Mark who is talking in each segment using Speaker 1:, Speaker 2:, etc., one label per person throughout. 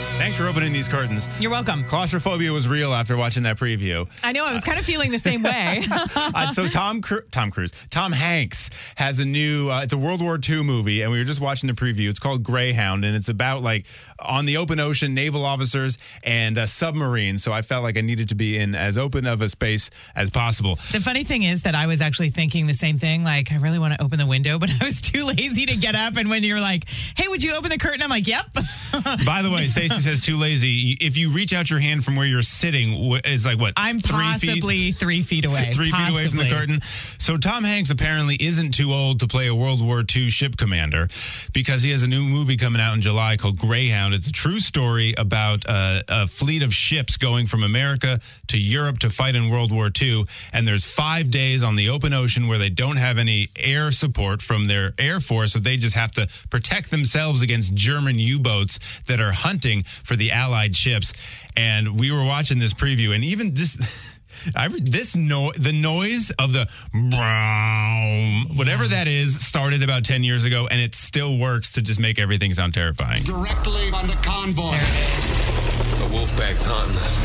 Speaker 1: Thanks for opening these curtains.
Speaker 2: You're welcome.
Speaker 1: Claustrophobia was real after watching that preview.
Speaker 2: I know I was kind of feeling the same way.
Speaker 1: Uh, so Tom Cru- Tom Cruise, Tom Hanks has a new. Uh, it's a World War II movie, and we were just watching the preview. It's called Greyhound, and it's about like on the open ocean, naval officers and uh, submarines. So I felt like I needed to be in as open of a space as possible.
Speaker 2: the funny thing is that I was actually thinking the same thing. Like, I really want to open the window, but I was too lazy to get up. And when you're like, hey, would you open the curtain? I'm like, yep.
Speaker 3: By the way, Stacy says too lazy. If you reach out your hand from where you're sitting, wh- is like what?
Speaker 2: I'm possibly three feet away.
Speaker 3: three feet away from the
Speaker 2: Possibly.
Speaker 3: curtain. So Tom Hanks apparently isn't too old to play a World War II ship commander because he has a new movie coming out in July called Greyhound. It's a true story about uh, a fleet of ships going from America to Europe to fight in World War II. And there's five days on the open ocean where they don't have any air support from their air force, so they just have to protect themselves against German U-boats that are hunting for the Allied ships. And we were watching this preview, and even this. I re- this no the noise of the brown whatever that is started about 10 years ago and it still works to just make everything sound terrifying.
Speaker 4: directly on the convoy.
Speaker 5: The Wolfpack's hunting us.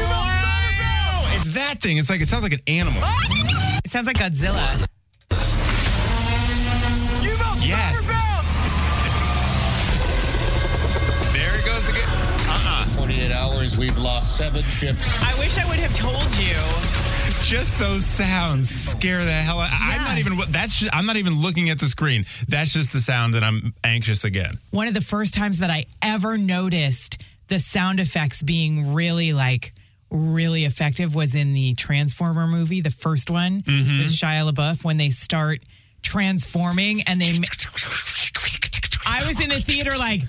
Speaker 3: Oh, it's that thing. It's like it sounds like an animal.
Speaker 2: It sounds like Godzilla.
Speaker 3: Yes. There it goes again. Uh-uh.
Speaker 4: 48 hours, we've lost seven ships.
Speaker 2: I wish I would have told you.
Speaker 3: Just those sounds scare the hell out. I'm not even that's ju- I'm not even looking at the screen. That's just the sound that I'm anxious again.
Speaker 2: One of the first times that I ever noticed the sound effects being really like really effective was in the Transformer movie, the first one
Speaker 3: Mm-hmm.
Speaker 2: with Shia LaBeouf when they start transforming and they I was in the theater like,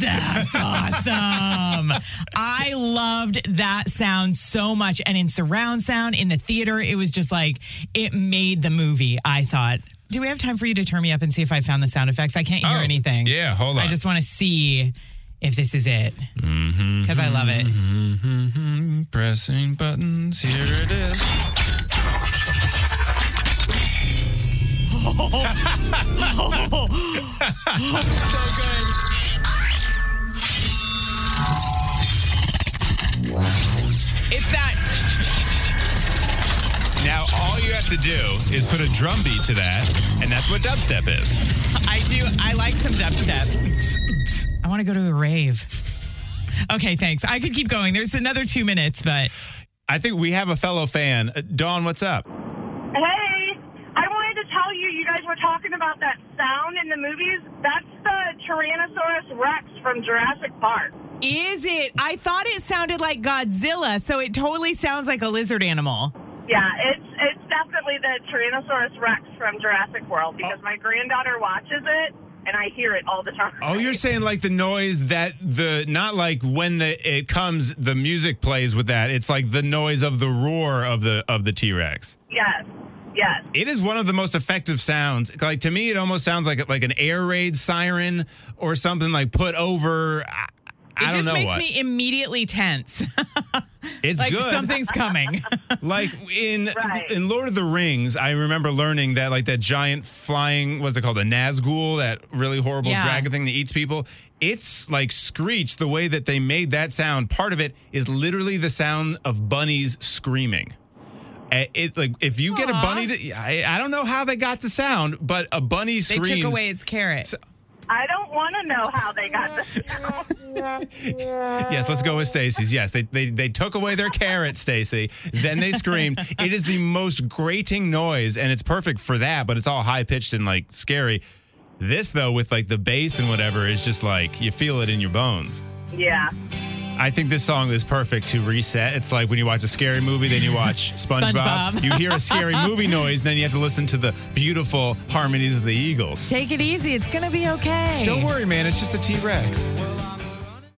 Speaker 2: that's awesome. I loved that sound so much. And in surround sound in the theater, it was just like, it made the movie, I thought. Do we have time for you to turn me up and see if I found the sound effects? I can't hear
Speaker 3: Oh,
Speaker 2: anything.
Speaker 3: yeah, hold on.
Speaker 2: I just want to see if this is it
Speaker 3: Mm-hmm.
Speaker 2: because I love it.
Speaker 3: Pressing buttons. Here it is.
Speaker 2: It's that.
Speaker 3: Now all you have to do is put a drum beat to that, and that's what dubstep is.
Speaker 2: I do. I like some dubstep. I want to go to a rave. Okay, thanks. I could keep going. There's another two minutes, but
Speaker 1: I think we have a fellow fan, Uh, Dawn. What's up?
Speaker 6: Hey, I wanted to tell you, you guys were talking about that sound in the movies. That's the Tyrannosaurus Rex from Jurassic Park.
Speaker 2: Is it? I thought it sounded like Godzilla, so it totally sounds like a lizard animal.
Speaker 6: Yeah, it's it's definitely the Tyrannosaurus Rex from Jurassic
Speaker 1: Oh.
Speaker 6: World because my granddaughter watches it and I hear it all the time.
Speaker 1: Oh, you're saying like the noise that the not like when the it comes the music plays with that. It's like the noise of the roar of the of the T-Rex.
Speaker 6: yes, yes.
Speaker 1: It is one of the most effective sounds. Like to me it almost sounds like like an air raid siren or something like put over I, I
Speaker 2: It
Speaker 1: don't
Speaker 2: just
Speaker 1: know
Speaker 2: makes
Speaker 1: what.
Speaker 2: me immediately tense.
Speaker 1: it's
Speaker 2: like
Speaker 1: good.
Speaker 2: something's coming.
Speaker 1: like in
Speaker 6: Right.
Speaker 1: in Lord of the Rings, I remember learning that like that giant flying what's it called a Nazgul, that really horrible
Speaker 2: Yeah.
Speaker 1: dragon thing that eats people. It's like screech the way that they made that sound. Part of it is literally the sound of bunnies screaming. Uh, It like if you get a
Speaker 2: Aw.
Speaker 1: bunny, to, I, I don't know how they got the sound, but a bunny
Speaker 2: they
Speaker 1: screams.
Speaker 2: took away its carrot.
Speaker 6: I don't want to know how they got the sound.
Speaker 1: Yes, let's go with Stacy's. Yes, they, they they took away their carrot, Stacy. Then they screamed. it is the most grating noise, and it's perfect for that. But it's all high pitched and like scary. This though, with like the bass and whatever, is just like you feel it in your bones.
Speaker 6: yeah.
Speaker 1: I think this song is perfect to reset. It's like when you watch a scary movie, then you watch SpongeBob.
Speaker 2: SpongeBob.
Speaker 1: you hear a scary movie noise, then you have to listen to the beautiful harmonies of the Eagles.
Speaker 2: Take it easy. It's going to be okay.
Speaker 1: Don't worry, man. It's just a T Rex.